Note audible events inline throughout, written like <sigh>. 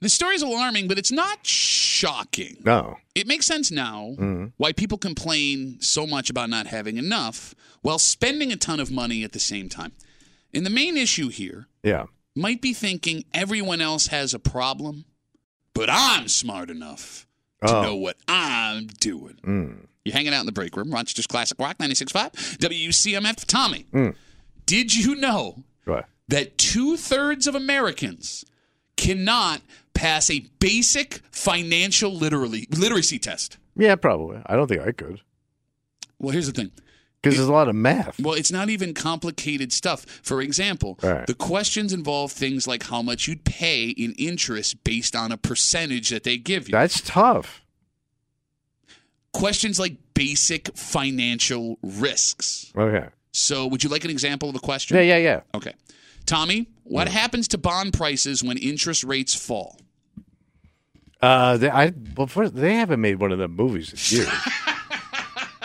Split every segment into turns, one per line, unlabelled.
The story's alarming, but it's not shocking.
No.
It makes sense now why people complain so much about not having enough while spending a ton of money at the same time. And the main issue here
Yeah.
might be thinking everyone else has a problem, but I'm smart enough to
Oh.
know what I'm doing. You're hanging out in the break room, Rochester's Classic Rock 96.5, WCMF Tommy. Did you know
Right.
that two thirds of Americans cannot pass a basic financial literally, literacy test?
Yeah, probably. I don't think I could
Well, here's the thing.
because there's a lot of math.
Well, it's not even complicated stuff. For example,
All right.
the questions involve things like how much you'd pay in interest based on a percentage that they give you.
That's tough.
questions like basic financial risks.
Okay.
So, would you like an example of a question?
Yeah, Oh, yeah, yeah.
Okay. Tommy, what happens to bond prices when interest rates fall?
Uh, they, I well, first, they haven't made one of them movies
<laughs>
in years.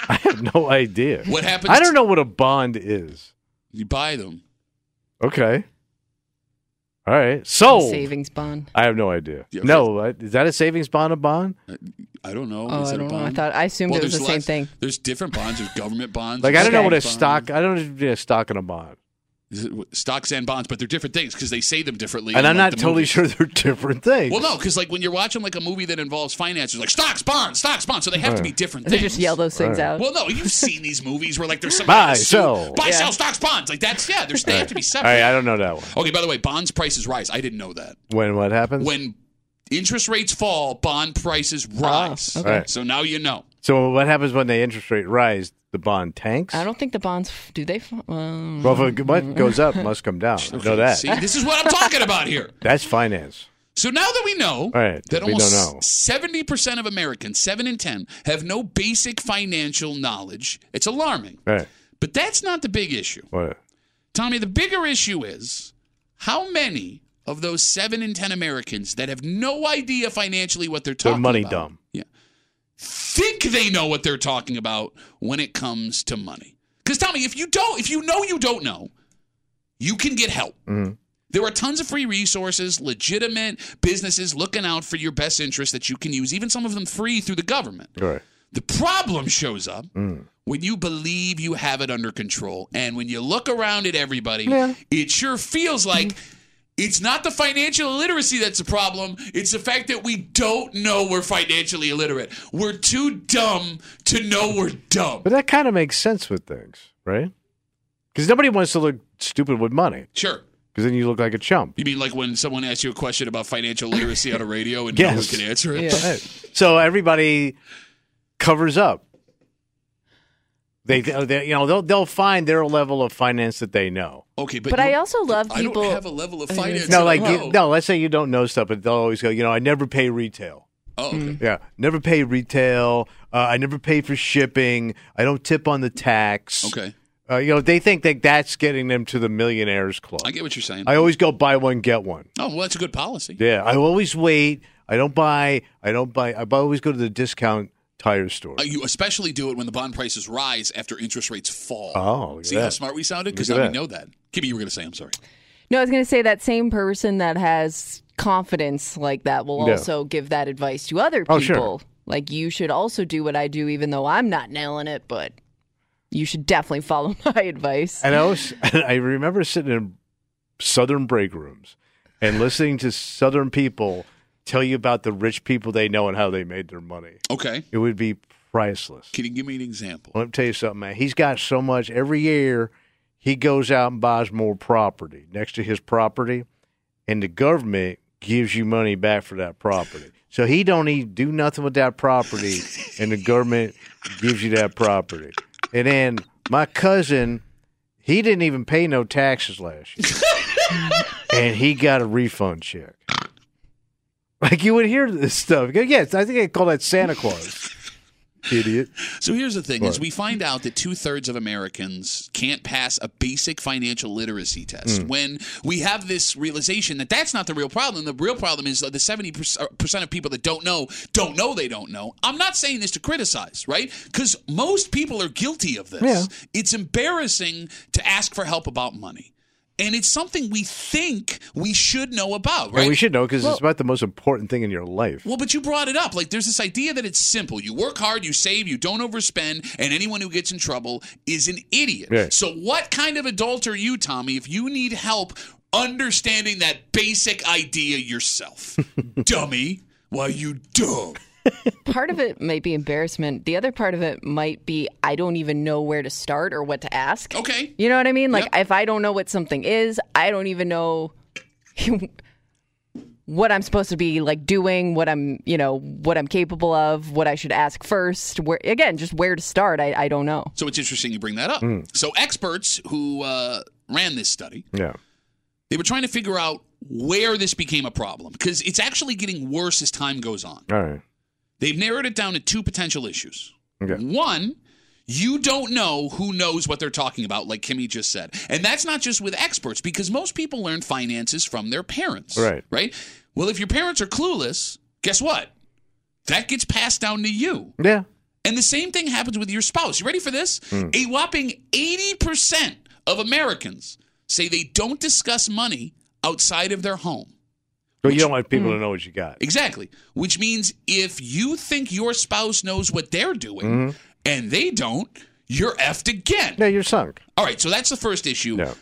I have no idea.
What happens
I don't know what a bond is.
You buy them.
Okay. All right. Sold.
Savings bond.
I have no idea.
Yeah,
No, I- is that a savings bond? A bond?
I don't know.
Oh,
Is
I
it a
don't know. I
bond?
thought I assumed
Well,
it was the
there's
same
lots-
thing. <laughs>
There's different bonds. There's government bonds.
Like I don't know what a
state
stock.
bonds.
I don't know what a stock and a bond.
Is it- stocks and bonds, but they're different things because they say them differently.
And
in,
I'm
like,
not
the
totally
movies.
sure <laughs> they're different things.
Well, no, because like when you're watching like a movie that involves finances, like stocks, bonds, stocks, bonds, so they have to be different
They
things.
just yell those things out.
Well, no, you've seen these movies where like there's some
Buy,
in a suit.
sell.
buy,
Yeah.
sell stocks, bonds. Like that's yeah, there's they have to be
All
separate.
right, I don't know that one.
Okay, by the way, bonds prices rise. I didn't know that.
When what happens?
When interest rates fall, bond prices rise.
Ah, okay.
All right.
So now you know.
So what happens when the interest rate rise? The bond tanks.
I don't think the bonds f- do they. f- Um,
Well, if it- what goes
<laughs>
up must come down. I know that.
See, this is what I'm talking about here.
That's finance.
So now that we know
All right,
that
we don't know.
almost seventy percent of Americans, seven in ten, have no basic financial knowledge, it's alarming.
All right.
But that's not the big issue.
What?
Tommy, the bigger issue is how many of those seven in ten Americans that have no idea financially what they're
They're
talking
money
about
dumb.
think they know what they're talking about when it comes to money. Because Tommy, if you don't, if you know you don't know, you can get help. There are tons of free resources, legitimate businesses looking out for your best interest that you can use, even some of them free through the government.
All right.
The problem shows up
Mm.
when you believe you have it under control. And when you look around at everybody,
Yeah.
it sure feels like it's not the financial illiteracy that's the problem. It's the fact that we don't know we're financially illiterate. We're too dumb to know we're dumb.
But that kind of makes sense with things, right? Because nobody wants to look stupid with money.
Sure.
Because then you look like a chump.
You mean like when someone asks you a question about financial literacy on a radio and no one
Yes.
can answer it?
yeah.
Right. So everybody covers up. They, they you know, they'll they'll find their level of finance that they know.
Okay, but,
But I
you-
also love
I
people. Oh,
don't have a level of
I mean,
finance.
No,
that I
like you-
know.
no. Let's say you don't know stuff, but they'll always go. You know, I never pay retail.
Oh, okay.
Yeah, never pay retail. Uh, I never pay for shipping. I don't tip on the tax.
Okay.
Uh, you know, they think that that's getting them to the millionaires club.
I get what you're saying.
I always go buy one get one.
oh, well, that's a good policy.
Yeah, I always wait. I don't buy. I don't buy. I always go to the discount tire store.
Uh, you especially do it when the bond prices rise after interest rates fall.
Oh, look at
see how
that.
smart we sounded? Because
Look
now
at
we
that.
know that. Kimmy, you were going to say, I'm sorry.
No, I was going to say that same person that has confidence like that will
Yeah.
also give that advice to other people.
Oh, sure.
Like you should also do what I do, even though I'm not nailing it, but you should definitely follow <laughs> my advice.
And I was, <laughs> and I remember sitting in southern break rooms and listening to southern people tell you about the rich people they know and how they made their money.
Okay.
It would be priceless.
Can you give me an example?
Let me tell you something, man. He's got so much every year. He goes out and buys more property next to his property, and the government gives you money back for that property. So he don't even do nothing with that property, and the government gives you that property. And then my cousin, he didn't even pay no taxes last year, and he got a refund check. Like you would hear this stuff. Yes, I think they call that Santa Claus. Idiot.
So here's the thing: is we find out that two thirds of Americans can't pass a basic financial literacy test. When we have this realization that that's not the real problem, the real problem is the seventy uh, percent of people that don't know don't know they don't know. I'm not saying this to criticize, right? Because most people are guilty of this.
Yeah.
It's embarrassing to ask for help about money. And it's something we think we should know about, right?
And we should know because
Well-
it's about the most important thing in your life.
Well, but you brought it up. Like, there's this idea that it's simple. You work hard, you save, you don't overspend, and anyone who gets in trouble is an idiot.
Yeah.
So, what kind of adult are you, Tommy, if you need help understanding that basic idea yourself? Dummy. Why, you dumb.
Part of it might be embarrassment. The other part of it might be I don't even know where to start or what to ask.
Okay.
You know what I mean? Like
Yep.
if I don't know what something is, I don't even know <laughs> what I'm supposed to be like doing, what I'm, you know, what I'm capable of, what I should ask first. Where again, just where to start, I, I don't know.
So, it's interesting you bring that up. So, experts who uh, ran this study
Yeah.
They were trying to figure out where this became a problem because it's actually getting worse as time goes on.
All right.
They've narrowed it down to two potential issues.
Okay.
One, you don't know who knows what they're talking about, like Kimmy just said. And that's not just with experts because most people learn finances from their parents.
Right.
Right? Well, if your parents are clueless, guess what? That gets passed down to you.
Yeah.
And the same thing happens with your spouse. You ready for this?
Hmm.
A whopping 80% of Americans say they don't discuss money outside of their home.
But you don't want people to know what you got.
Exactly. Which means if you think your spouse knows what they're doing and they don't, you're effed again.
Mm-hmm. Yeah, you're sunk.
All right, so that's the first issue.
Yeah.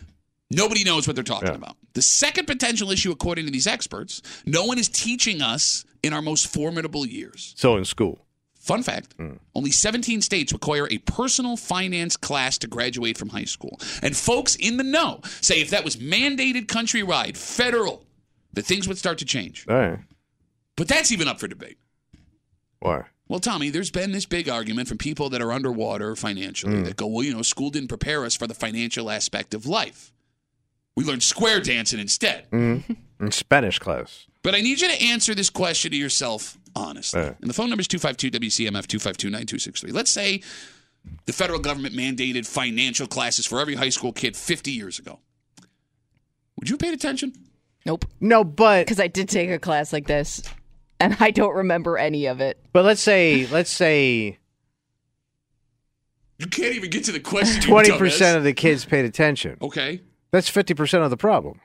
Nobody knows what they're talking
Yeah.
about. The second potential issue, according to these experts, no one is teaching us in our most formidable years.
So in school.
Fun fact
Mm.
only 17 states require a personal finance class to graduate from high school. And folks in the know say if that was mandated countrywide, federal, the things would start to change.
All right.
But that's even up for debate.
Why?
Well, Tommy, there's been this big argument from people that are underwater financially that go, well, you know, school didn't prepare us for the financial aspect of life. We learned square dancing instead.
In Spanish class.
But I need you to answer this question to yourself honestly.
Yeah.
And the phone number is 252 WCMF 252 9263. Let's say the federal government mandated financial classes for every high school kid 50 years ago. Would you have paid attention?
Nope.
No, but
Because I did take a class like this and I don't remember any of it.
but let's say let's say
You can't even get to the question. you
twenty
dumbass.
percent of the kids paid attention.
Okay.
That's fifty percent of the problem.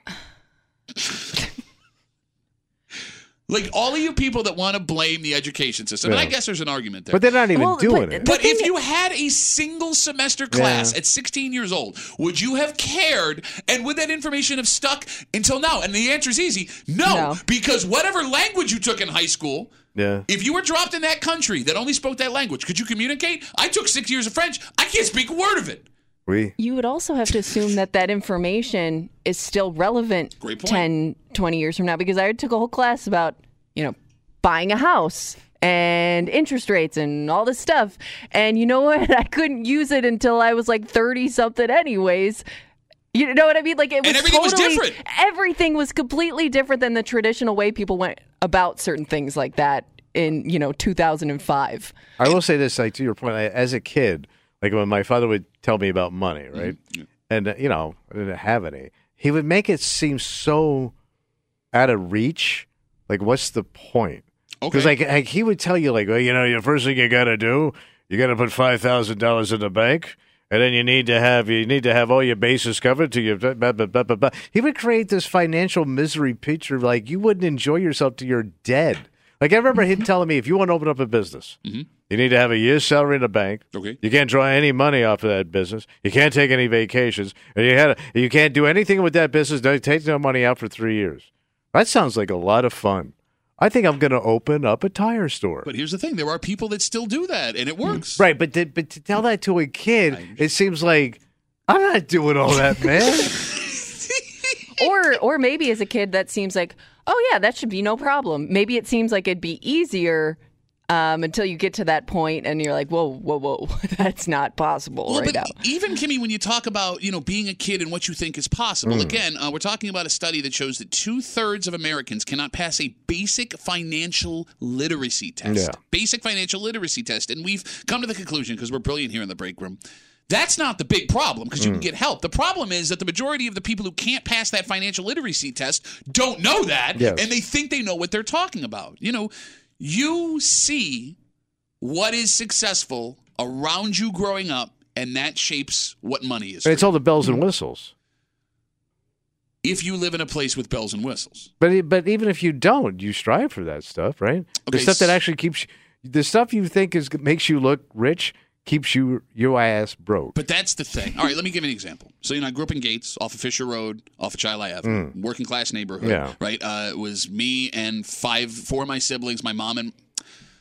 Like all of you people that want to blame the education system, and I
Yeah.
guess there's an argument there.
But they're not even
Well,
doing
but-
it.
But
The
if
thing-
you had a single semester class
Yeah.
at 16 years old, would you have cared? And would that information have stuck until now? And the answer is easy no,
No.
because whatever language you took in high school,
Yeah.
if you were dropped in that country that only spoke that language, could you communicate? I took six years of French. I can't speak a word of it.
We
You would also have to assume that that information is still relevant
Great point.
10, 20 years from now because I took a whole class about, you know, buying a house and interest rates and all this stuff. And you know what? <laughs> I couldn't use it until I was like 30 something, anyways. You know what I mean? Like it was
everything was
totally-
different.
Everything was completely different than the traditional way people went about certain things like that in, you know, 2005.
I will say this, like to your point, I, as a kid, like when my father would tell me about money, right, and uh, you know I didn't have any, he would make it seem so out of reach. Like, what's the point?
Okay.
Because like, like he would tell you, like, well, you know, the first thing you gotta do, you gotta put five thousand dollars in the bank, and then you need to have you need to have all your bases covered to your. Blah, blah, blah, blah, blah, blah. He would create this financial misery picture, of, like you wouldn't enjoy yourself till you're dead. Like I remember
Mm-hmm.
him telling me, if you want to open up a business, you need to have a year's salary in the bank.
Okay.
You can't draw any money off of that business. You can't take any vacations, and you had you can't do anything with that business. No, take no money out for three years. That sounds like a lot of fun. I think I'm going to open up a tire store.
But here's the thing there are people that still do that, and it works.
right, but to, but to tell that to a kid, it seems like I'm not doing all that,
<laughs>
man.
or or maybe as a kid that seems like oh yeah that should be no problem maybe it seems like it'd be easier um, until you get to that point and you're like whoa whoa whoa <laughs> that's not possible
Well,
right
but
now
even Kimmy, when you talk about you know being a kid and what you think is
Hmm.
possible, again, uh, we're talking about a study that shows that two thirds of Americans cannot pass a basic financial literacy test.
Yeah.
Basic financial literacy test, and we've come to the conclusion because we're brilliant here in the break room. That's not the big problem because you
Hmm.
can get help. The problem is that the majority of the people who can't pass that financial literacy test don't know that,
Yes.
and they think they know what they're talking about. You know, you see what is successful around you growing up, and that shapes what money is.
it's all the bells and whistles.
if you live in a place with bells and whistles.
But e- but even if you don't, you strive for that stuff, right?
Okay,
the stuff that
s-
actually keeps you- the stuff you think is makes you look rich keeps you your ass broke.
But that's the thing. All right, let me give you an example. So, you know, I grew up in Gates off of Fisher Road, off of Chilai Avenue, working class neighborhood.
Mm. Yeah.
Right? Uh, it was me and five, four of my siblings, my mom and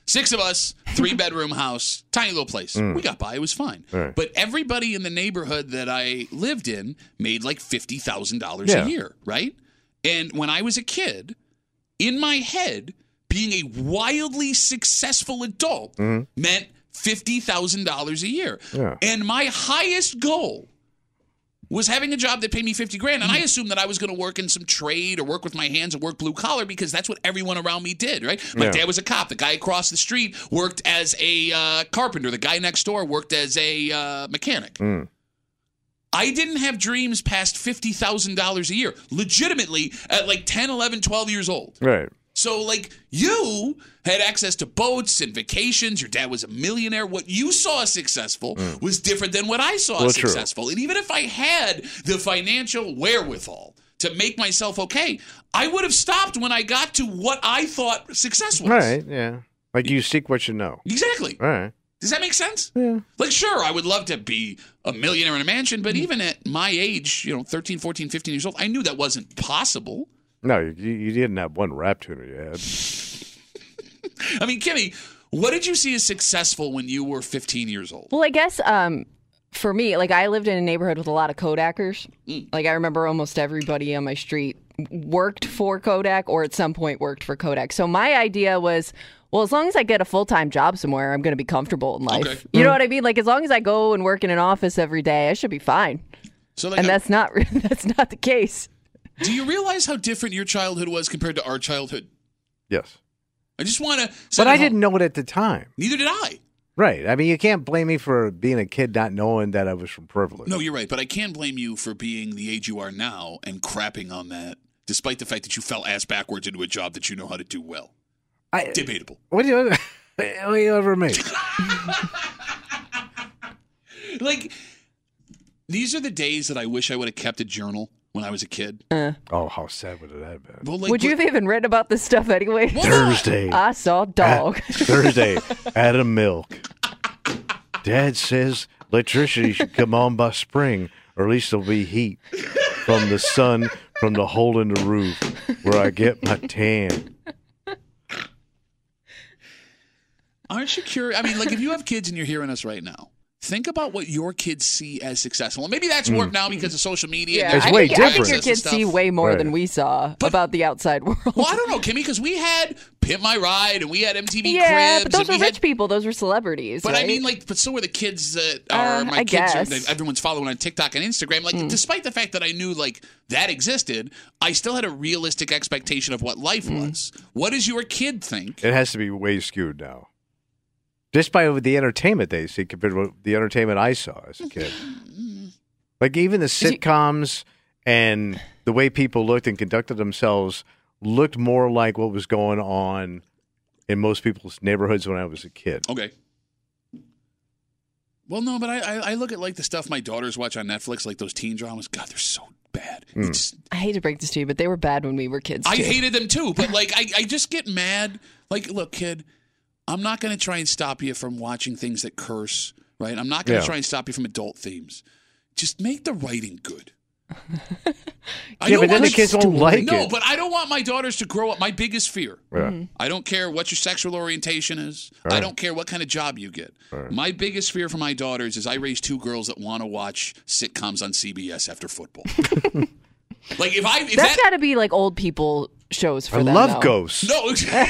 six of us, three bedroom <laughs> house, tiny little place. We got by. It was fine.
Mm. Right.
But everybody in the neighborhood that I lived in made like $50,000
Yeah.
a year. Right? And when I was a kid, in my head, being a wildly successful adult meant $50,000 a year.
Mm-hmm. Yeah.
And my highest goal was having a job that paid me 50 grand. And I
Mm-hmm.
assumed that I was going to work in some trade or work with my hands and work blue collar because that's what everyone around me did, right? My
Yeah.
dad was a cop. The guy across the street worked as a uh, carpenter. The guy next door worked as a uh, mechanic.
Mm.
I didn't have dreams past $50,000 a year, legitimately at like 10, 11, 12 years old.
Right.
So, like, you had access to boats and vacations. Your dad was a millionaire. What you saw as successful was different than what I saw
Mm. Well,
as
true.
successful. And even if I had the financial wherewithal to make myself okay, I would have stopped when I got to what I thought success was.
All right. Yeah. Like you seek what you know.
Exactly.
All right.
Does that make sense?
Yeah.
Like, sure, I would love to be a millionaire in a mansion,
Mm.
but even at my age, you know, 13, 14, 15 years old, I knew that wasn't possible.
No, you, you didn't have one rap tune in your head.
I mean, Kimmy, what did you see as successful when you were 15 years old?
Well, I guess um, for me, like I lived in a neighborhood with a lot of Kodakers.
Mm.
Like I remember almost everybody on my street worked for Kodak or at some point worked for Kodak. So my idea was, well, as long as I get a full time job somewhere, I'm going to be comfortable in life.
Okay. Mm.
You know what I mean? Like as long as I go and work in an office every day, I should be fine.
So, like,
And
I-
that's not <laughs> that's not the case.
Do you realize how different your childhood was compared to our childhood?
Yes.
I just want to.
But I didn't know it at the time.
Neither did I.
Right. I mean, you can't blame me for being a kid not knowing that I was from privilege.
No, you're right. But I can blame you for being the age you are now and crapping on that, despite the fact that you fell ass backwards into a job that you know how to do well.
I,
Debatable.
what do you, <laughs> what do you ever mean?
Like, these are the days that I wish I would have kept a journal when I was a kid.
Oh, how sad would it have been?
Well, like,
Mm. Would you have even written about this stuff anyway?
Well,
Thursday.
<laughs> I
<laughs>
saw dog.
Thursday, Adam Milk. Dad says electricity should come on by spring, or at least there'll be heat from the sun from the hole in the roof where I get my tan.
Aren't you curious? I mean, like, if you have kids and you're hearing us right now, think about what your kids see as successful. And maybe that's warped now because of social media. and
Mm. Yeah,
their
It's
I,
way
think, I think your
different.
kids see way more
Right.
than we saw about the outside world.
Well, I don't know, Kimmy, because we had Pimp My Ride and we had MTV
<laughs> yeah,
Cribs. and
but those
we
were
had-
rich people. Those were celebrities.
But I
right?
mean, like, but so were the kids that are
Uh,
my
I
kids. Are,
guess. Hmm.
that everyone's following on TikTok and Instagram. Like, despite the fact that I knew like that existed, I still had a realistic expectation of what life
Hmm.
was. What does your kid think?
It has to be way skewed now. Just by the entertainment they see compared to what- the entertainment I saw as a
<laughs>
kid. Like even the
you-
sitcoms and the way people looked and conducted themselves looked more like what was going on in most people's neighborhoods when I was a
Oh.
kid.
Okay. Well, no, but I, I I look at like the stuff my daughters watch on Netflix, like those teen dramas. God, they're so bad. It's
I hate to break this to you, but they were bad when we were kids.
I
too.
hated them too, but like I, I just get mad. Like, look, kid, I'm not gonna try and stop you from watching things that curse, right? I'm not gonna
Yeah.
try and stop you from adult themes. Just make the writing good.
<laughs>
I
Yeah,
don't
but then
want
the
my-
kids won't like
No,
it.
but I don't want my daughters to grow up. My biggest fear.
Yeah.
Mm-hmm.
I don't care what your sexual orientation is. I
Right.
don't care what kind of job you get. My biggest fear for my daughters is I raise two girls that want to watch sitcoms on CBS after
<laughs>
football. like if I if that
That's got to be like old people shows for
I
them.
love
though.
ghosts.
no. <laughs>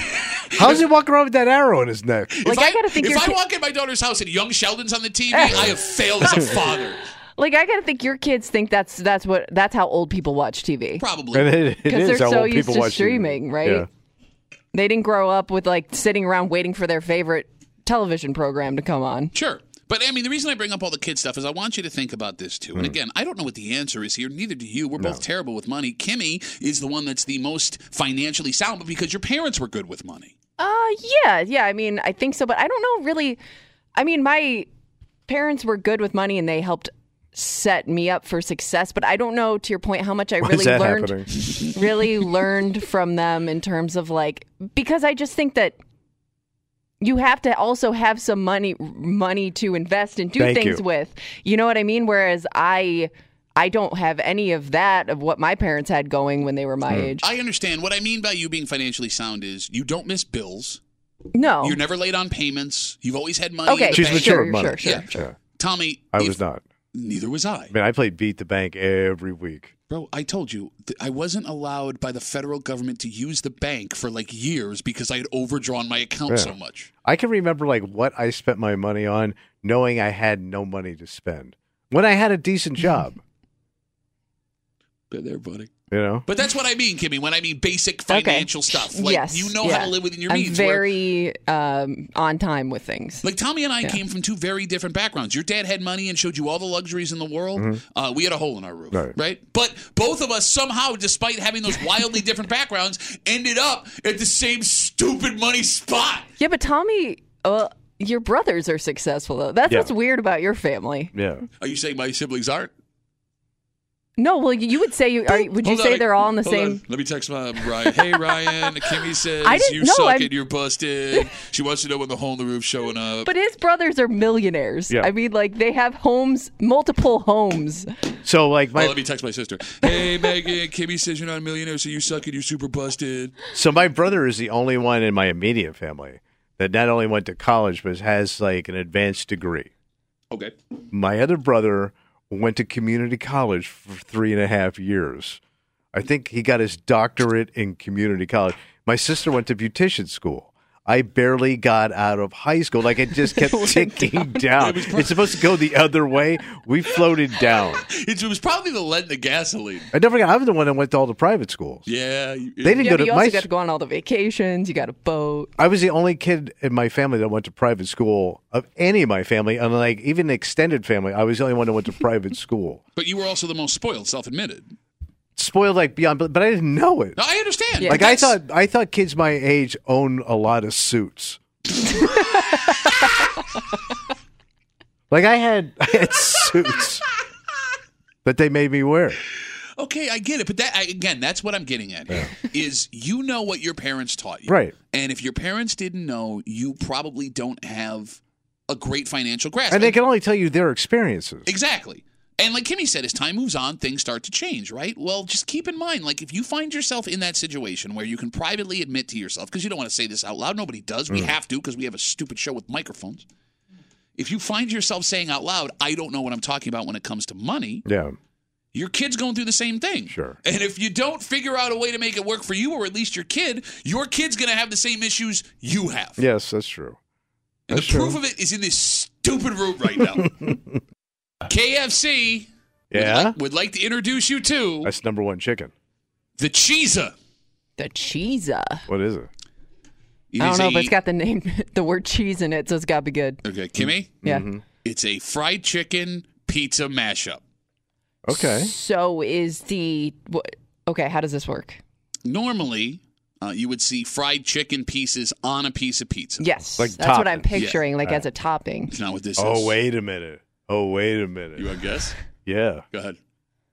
How does he walk around with that arrow in his
<laughs>
neck?
Like
if
I, gotta think
if
your
I
ki-
walk in my daughter's house and Young Sheldon's on the TV, I
<laughs>
have failed as a father.
like I gotta think your kids think that's that's what that's how old people watch TV
Probably.
And it, it
because
is
they're
how
so
old
used
people
to
watch TV.
streaming, right?
Yeah.
They didn't grow up with like sitting around waiting for their favorite television program to come on.
Sure. But I mean, the reason I bring up all the kid stuff is I want you to think about this too.
Hmm.
And again, I don't know what the answer is here. Neither do you. We're both terrible with money. Kimmy is the one that's the most financially sound, but because your parents were good with money.
Uh, yeah, yeah. I mean, I think so, but I don't know really. I mean, my parents were good with money and they helped set me up for success. But I don't know to your point how much I
Why
really
is that
learned
happening?
<laughs> really learned from them in terms of like because I just think that you have to also have some money money to invest and do
Thank
things
you.
with. You know what I mean? Whereas I I don't have any of that of what my parents had going when they were
Hmm.
my age.
I understand. What I mean by you being financially sound is you don't miss bills.
No.
You're never late on payments. You've always had money.
Oh. okay.
in the
She's
bank.
mature
sure,
with money.
sure, sure,
Yeah.
sure.
Yeah.
Tommy,
I
if-
was not.
neither was I.
I mean, I played beat the bank every week.
Bro, I told you th- I wasn't allowed by the federal government to use the bank for like years because I had overdrawn my account
Yeah.
so much.
I can remember like what I spent my money on, knowing I had no money to spend when I had a decent job.
Been there, buddy.
You know,
But that's what I mean, Kimmy. When I mean basic
Okay.
financial stuff, like
yes.
you know how
yeah.
to live within your
I'm
means. where-
very um, on time with things.
Like Tommy and I
Yeah.
came from two very different backgrounds. Your dad had money and showed you all the luxuries in the world. Uh, we had a hole in our roof, right.
Right.
But both of us somehow, despite having those wildly <laughs> different backgrounds, ended up at the same stupid money spot.
Yeah, but Tommy, uh, your brothers are successful though. That's
Yeah.
what's weird about your family.
yeah.
Are you saying my siblings aren't?
No, well, you would say you are. you- Would you
Hold
say
on,
they're all in the
hold
same?
on. Let me text my Ryan. Hey Ryan,
<laughs>
Kimmy says
I didn't
you
know,
suck
I'm-
and you're busted. She wants to know when the hole in the roof showing up.
But his brothers are millionaires.
Yeah.
I mean, like they have homes, multiple homes.
So like my
Oh, let me text my sister. Hey Megan, Kimmy says you're not a millionaire, so you suck and you're super busted.
So my brother is the only one in my immediate family that not only went to college but has like an advanced degree.
Okay.
My other brother went to community college for three and a half years. I think he got his doctorate in community college. My sister went to beautician school. I barely got out of high school. Like it just kept ticking down. It's supposed to go the other way. We floated down.
It was probably the lead in the gasoline.
I never got. I'm the one that went to all the private schools.
Yeah. you-
They didn't
Yeah,
go
but
to
you
my
also got to go on all the vacations. You got a boat.
I was the only kid in my family that went to private school of any of my family, and like even extended family, I was the only one that went to private <laughs> school.
But you were also the most spoiled, self-admitted.
Spoiled like beyond, but, but I didn't know it.
No, I understand.
Yeah.
Like
But
I
that's-
thought, I thought kids my age own a lot of suits. like I had, I had suits that they made me wear.
Okay, I get it, but that I, again, that's what I'm getting at. here, Is you know what your parents taught you,
Right.
And if your parents didn't know, you probably don't have a great financial grasp.
And they can only tell you their experiences.
Exactly. And like Kimmy said, as time moves on, things start to change, right? Well, just keep in mind, like, if you find yourself in that situation where you can privately admit to yourself, because you don't want to say this out loud, nobody does.
Mm.
We have to because we have a stupid show with microphones. If you find yourself saying out loud, I don't know what I'm talking about when it comes to money,
Yeah,
your kid's going through the same thing.
Sure.
And if you don't figure out a way to make it work for you, or at least your kid, your kid's going to have the same issues you have.
yes, that's true.
And the
That's true.
proof of it is in this stupid room right now.
<laughs>
KFC would,
Yeah,
like, would like to introduce you to
that's number one chicken.
the Cheesa.
The cheesa. I
What is it?
It
don't
is
know,
a-
but it's got the name, <laughs> the word cheese in it, so it's got to be good.
Okay, Kimmy,
Yeah.
Mm-hmm.
it's a fried chicken pizza mashup.
Okay.
So is the what? Okay, how does this work?
Normally, uh, you would see fried chicken pieces on a piece of pizza.
Yes,
Like
that's what I'm
toppings.
picturing, like
All
as a topping.
It's not what this is.
Oh wait a minute. Oh wait a minute.
You want to guess?
yeah.
Go ahead.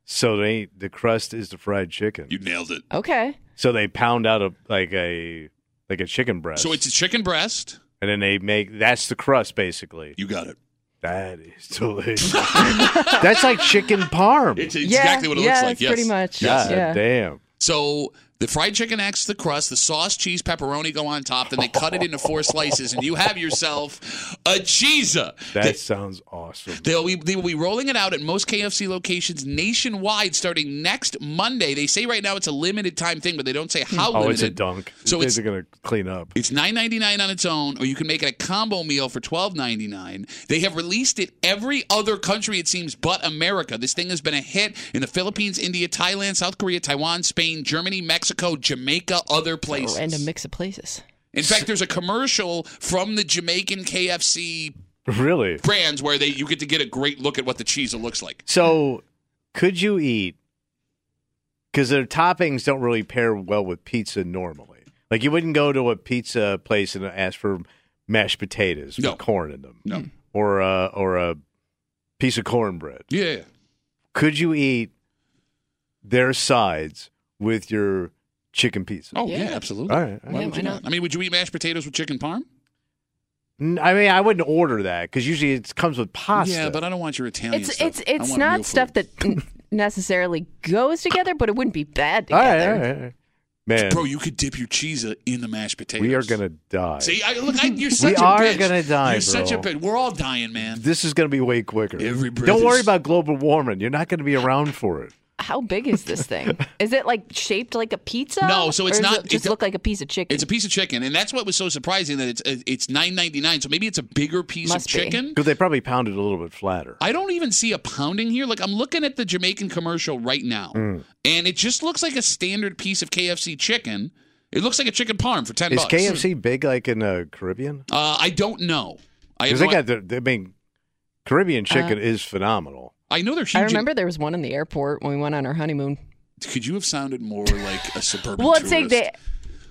So they the crust is the fried chicken.
You nailed it.
Okay.
so they pound out a like a like a chicken breast.
So it's a chicken breast.
and then they make that's the crust basically.
You got it.
That is
<laughs>
delicious. that's like chicken parm.
It's
Yeah,
exactly what it
yeah,
looks like.
it's
Yes.
pretty much.
Yes.
God
Yeah.
damn.
So the fried chicken acts as the crust, the sauce, cheese, pepperoni go on top, then they cut it into four slices, and you have yourself a cheesa.
That sounds awesome.
They'll be, they will be rolling it out at most KFC locations nationwide starting next Monday. They say right now it's a limited time thing, but they don't say how
Oh,
limited.
it's a dunk.
So it's-
These guys are gonna clean up. <laughs>
It's nine ninety nine on its own, or you can make it a combo meal for twelve ninety nine. They have released it every other country it seems, but America. This thing has been a hit in the Philippines, India, Thailand, South Korea, Taiwan, Spain, Germany, Mexico, Jamaica, other places.
Oh, And a mix of places.
in fact, there's a commercial from the Jamaican KFC
Really?
brands where they you get to get a great look at what the cheese looks like.
So could you eat because their toppings don't really pair well with pizza normally. Like you wouldn't go to a pizza place and ask for mashed potatoes
No.
with corn in them.
No.
Or uh, a, or a piece of cornbread.
Yeah.
Could you eat their sides with your chicken pizza?
Oh, yeah,
Yeah.
absolutely.
All right.
Why
all right.
Yeah,
would
why
you not?
not?
I mean, would you eat mashed potatoes with chicken parm?
N- I mean, I wouldn't order that because usually it comes with pasta.
Yeah, but I don't want your Italian
It's
stuff.
it's
I want
it's
real
not
food.
stuff that n- necessarily goes together, but it wouldn't be bad
all right,
together.
all right, all right. man,
Bro, you could dip your cheese in the mashed potatoes.
we are gonna die.
See, I, look, I, you're
<laughs>
such a
are
bitch.
gonna die,
You're such a
bro.
bitch. We're all dying, man.
This is gonna be way quicker.
Every breath
don't worry
is-
about global warming. You're not gonna be around for it.
How big is this
<laughs>
thing? is it like shaped like a pizza?
No, so it's
Or does
not-
It just
it's-
look like a piece of chicken.
It's a piece of chicken, and that's what was so surprising that it's it's nine ninety nine. So maybe it's a bigger piece
Must
of
be.
chicken.
Because they probably pound it a little bit flatter.
I don't even see a pounding here. Like I'm looking at the Jamaican commercial right now,
Mm.
and it just looks like a standard piece of KFC chicken. It looks like a chicken parm for ten
Is
bucks.
KFC big like in the Caribbean?
Uh, I don't know. I, have
Because they
no-
got the, I mean, Caribbean
Uh-huh.
chicken is phenomenal.
I know they're huge.
I
in-
remember there was one in the airport when we went on our honeymoon.
Could you have sounded more like a suburban?
Well, it's
tourist?
like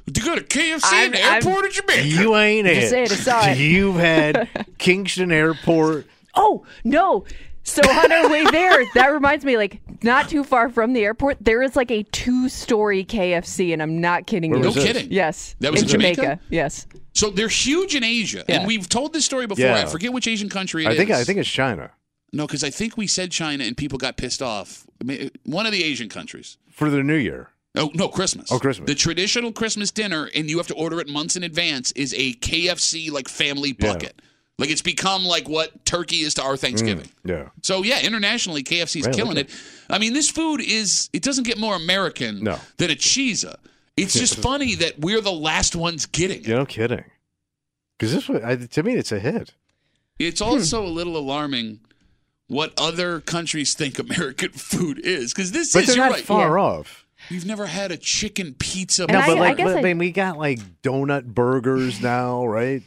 they,
To go to KFC in
I'm-
the
I'm-
airport of Jamaica.
You ain't it.
Just saying, I saw it.
<laughs> You've had <laughs> Kingston Airport.
oh no. So on our way there, <laughs> that reminds me, like not too far from the airport, there is like a two-story KFC, and I'm not kidding
Where
you.
no
was this?
kidding.
Yes,
That was
in
in Jamaica?
Yes,
So they're huge in Asia,
Yeah.
and we've told this story before.
Yeah.
I forget which Asian country it
I
is.
think I think it's China
no, because I think we said China, and people got pissed off. I mean, one of the Asian countries.
for the New Year.
Oh no, Christmas.
Oh, Christmas.
The traditional Christmas dinner, and you have to order it months in advance, is a KFC like family
Yeah.
bucket. Like it's become like what turkey is to our Thanksgiving.
Yeah.
So yeah, internationally KFC's
Man,
killing
look
it. I mean, this food is it doesn't get more American
No.
than a cheesa. It's
<laughs>
just funny that we're the last ones getting it.
You no kidding. Because this was, I, to me, it's a hit.
It's also a little alarming what other countries think American <laughs> food is because this
But
is
they're
you're
not
right.
far off.
We've never had a chicken pizza.
And
no,
I-
but like,
guess
but,
I-
I mean, we got like donut
<laughs>
burgers now, right?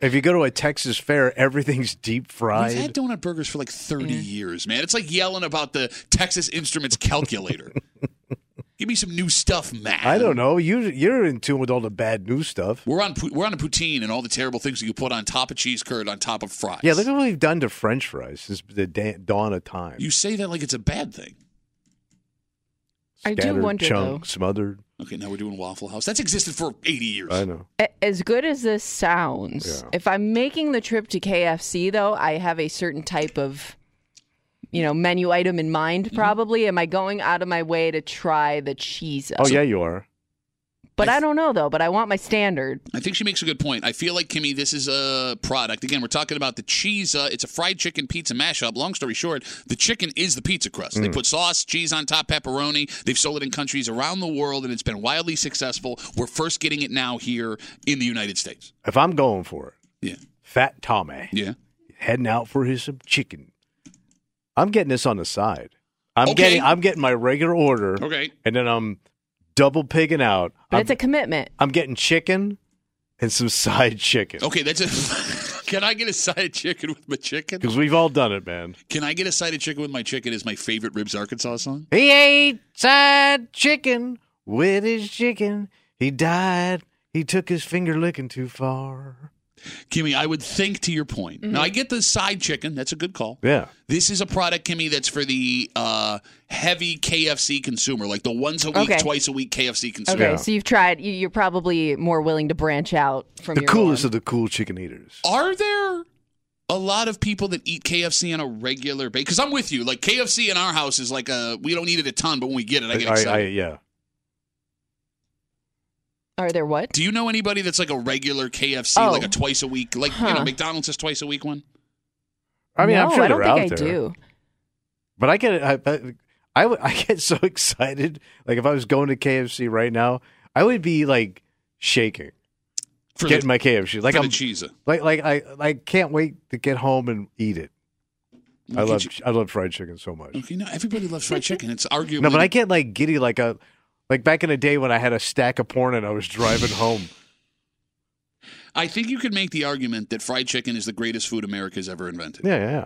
If you go to a Texas fair, everything's deep
We've had
fried.
donut burgers for like 30 years, man. It's like yelling about the Texas Instruments
<laughs>
calculator. Give me some new stuff, Matt.
I don't know. You you're in tune with all the bad news stuff.
We're on pu- we're on a poutine and all the terrible things you can put on top of cheese curd on top of fries.
Yeah, look at what we've done to French fries since the da- dawn of time.
you say that like it's a bad thing.
I do
Scattered,
wonder,
chunk,
though.
smothered.
Okay, now we're doing Waffle House. That's existed for 80 years.
I know.
A- As good as this sounds,
Yeah.
if I'm making the trip to KFC, though, I have a certain type of, you know, menu item in mind. Probably, am I going out of my way to try the cheese?
Oh yeah, you are.
but I don't know though. But I want my standard.
I think she makes a good point. I feel like Kimmy, this is a product. Again, we're talking about the cheese. Uh, it's a fried chicken pizza mashup. Long story short, the chicken is the pizza crust.
Mm.
They put sauce, cheese on top, pepperoni. They've sold it in countries around the world, and it's been wildly successful. We're first getting it now here in the United States.
If I'm going for it,
Yeah,
Fat Tommy
yeah.
heading out for his some chicken. I'm getting this on the side. I'm
Okay.
getting I'm getting my regular order,
Okay.
and then I'm double pigging out.
But
I'm,
it's a commitment.
I'm getting chicken and some <laughs> side chicken
Okay, that's it. Can I get a <laughs> side of chicken with my chicken?
because we've all done it, man.
Can I get a side of chicken with my chicken is my favorite Ribs Arkansas song.
He ate side chicken with his chicken. He died. He took his finger licking too far.
Kimmy, I would think to your point. Now,
Mm-hmm.
I get the side chicken. That's a good call.
Yeah.
This is a product, Kimmy, that's for the uh, heavy KFC consumer, like the once a week,
Okay.
twice a week KFC consumer.
Okay,
Yeah.
so you've tried. You, you're probably more willing to branch out from
The
your
coolest
norm.
of the cool chicken eaters.
Are there a lot of people that eat KFC on a regular basis? Because I'm with you. Like KFC in our house is like a we don't eat it a ton, but when we get it, I get
I, I,
excited.
yeah.
Are there what?
Do you know anybody that's like a regular KFC,
Oh.
like a twice a week, like you know
Huh.
McDonald's is twice a week one?
I mean,
no,
I'm sure
I don't
they're
think
out
I
there.
do.
But I get I, I, I would- <laughs> I get so excited. Like if I was going to KFC right now, I would be like shaking,
For
getting
the,
my KFC. Like
for
I'm
the cheese.
like like I I can't wait to get home and eat it. I
Okay,
love
ch-
I love fried chicken so much.
Okay, no, everybody loves fried chicken. It's arguably
<laughs> No, but I get like giddy like a like back in the day when I had a stack of porn and I was driving
<laughs>
home.
I think you could make the argument that fried chicken is the greatest food America's ever invented.
Yeah, yeah,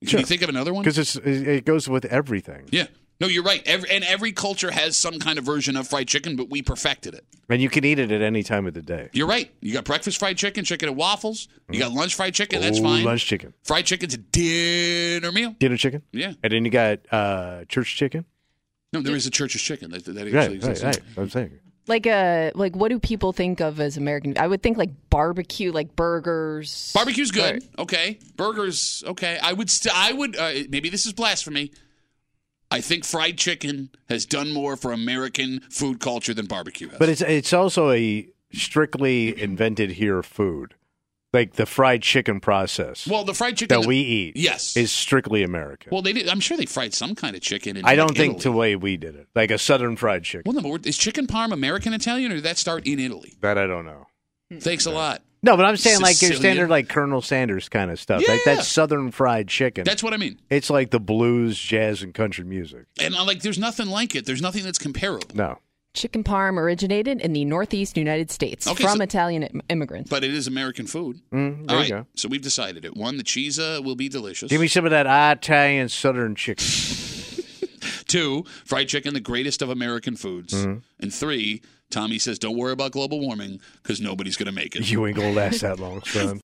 Can
sure.
you think of another one?
because it's it it goes with everything.
Yeah. No, you're right. Every, and every culture has some kind of version of fried chicken, but we perfected it.
And you can eat it at any time of the day.
You're right. You got breakfast fried chicken, chicken and waffles. You got lunch fried chicken. That's
Oh,
fine.
Lunch chicken,
Fried chicken's a dinner meal.
dinner chicken,
Yeah.
and then you got uh, church chicken.
No, there is a church's chicken that, that actually
Right, right,
exists.
right. I'm saying.
Like uh like what do people think of as American? I would think like barbecue, like burgers.
Barbecue's good. Okay. Burgers. Okay. I would. St- I would. Uh, maybe this is blasphemy. I think fried chicken has done more for American food culture than barbecue has.
But it's it's also a strictly invented here food, like the fried chicken process
well, the fried chicken
that we eat.
Yes.
is strically American.
Well, they did. I'm sure they fried some kind of chicken. In,
I don't
like,
think
Italy.
the way we did it, like a southern fried chicken.
Well, no, but we're- is chicken parm American Italian or did that start in Italy?
that I don't know.
Thanks a lot.
No, but I'm saying like your
Sicilian.
standard like Colonel Sanders kind of stuff, like
Yeah.
that southern fried chicken.
That's what I mean.
it's like the blues, jazz, and country music.
And I'm like, there's nothing like it. There's nothing that's comparable.
No,
Chicken parm originated in the northeast United States
Okay,
from
so-
Italian im- immigrants.
But it is American food.
mm, there
All
you
right.
go.
So we've decided it. One, the cheese uh, will be delicious.
Give me some of that Italian southern chicken. <laughs>
Two, fried chicken, the greatest of American foods. And three, Tommy says, don't worry about global warming because nobody's going to make it.
You ain't gonna last that long, son.